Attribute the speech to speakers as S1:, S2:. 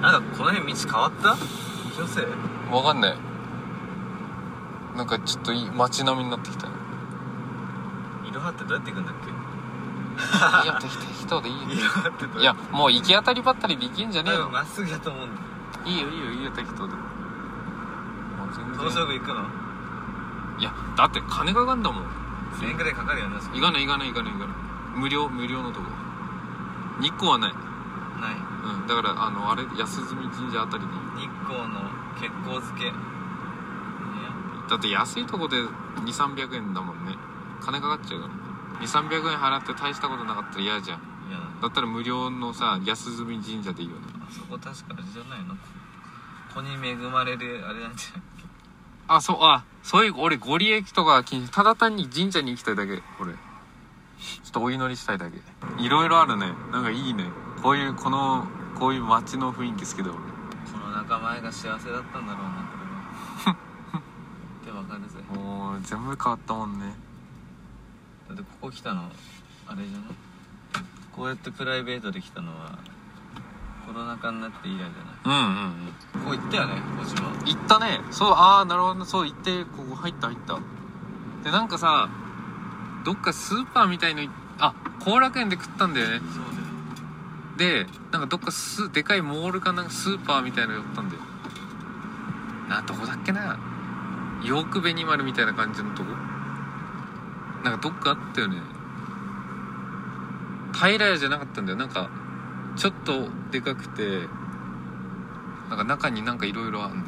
S1: なんかこの辺道変わった気のせい
S2: わかんないなんかちょっといい街並みになってきた ね
S1: いろはってどうやって行くんだっけ
S2: いや適当でいいよ
S1: いろはってどう
S2: いやもう行き当たりばったりで行けんじゃねえ
S1: 多分
S2: よ
S1: まっすぐだと思うんだ
S2: いいよいいよいいよ適当でもう全
S1: 東照
S2: 然
S1: 宮行くの
S2: いやだって金かかんだもん
S1: 1000円くらいかかるよなそこ
S2: 行かない行かない行かない行かない無料無料のとこ日光はない、
S1: ない
S2: うん、だからあのあれ安住神社あたりでいい
S1: 日光の結構漬けね
S2: だって安いとこで2300円だもんね金かかっちゃうから2300円払って大したことなかったら嫌じゃん
S1: いや
S2: だったら無料のさ安住神社でいいよね
S1: あそこ確かあれじゃないの子に恵まれるあれなんじゃない
S2: あそうあそういう俺ご利益とかは気にただ単に神社に行きたいだけ俺ちょっとお祈りしたいだけいろいろあるねなんかいいねこういうこのこういう街の雰囲気好きだ俺
S1: この仲間が幸せだったんだろうなこれは ってわかるぜ
S2: もう全部変わったもんね
S1: だってここ来たのあれじゃないこうやってプライベートで来たのはコロナ禍になって以来じゃな
S2: うんうんうん
S1: いここ行ったよね小島
S2: 行ったねそうああなるほどそう行ってここ入った入ったでなんかさどっかスーパーみたいのいあ後楽園で食ったんだよね
S1: そうだよ
S2: でなんかどっかスでかいモールかなんかスーパーみたいの寄ったんだよなどこだっけなヨークベニマルみたいな感じのとこなんかどっかあったよね平屋じゃなかったんだよなんかちょっとでかくてなんか中になんかいろいろあんだよ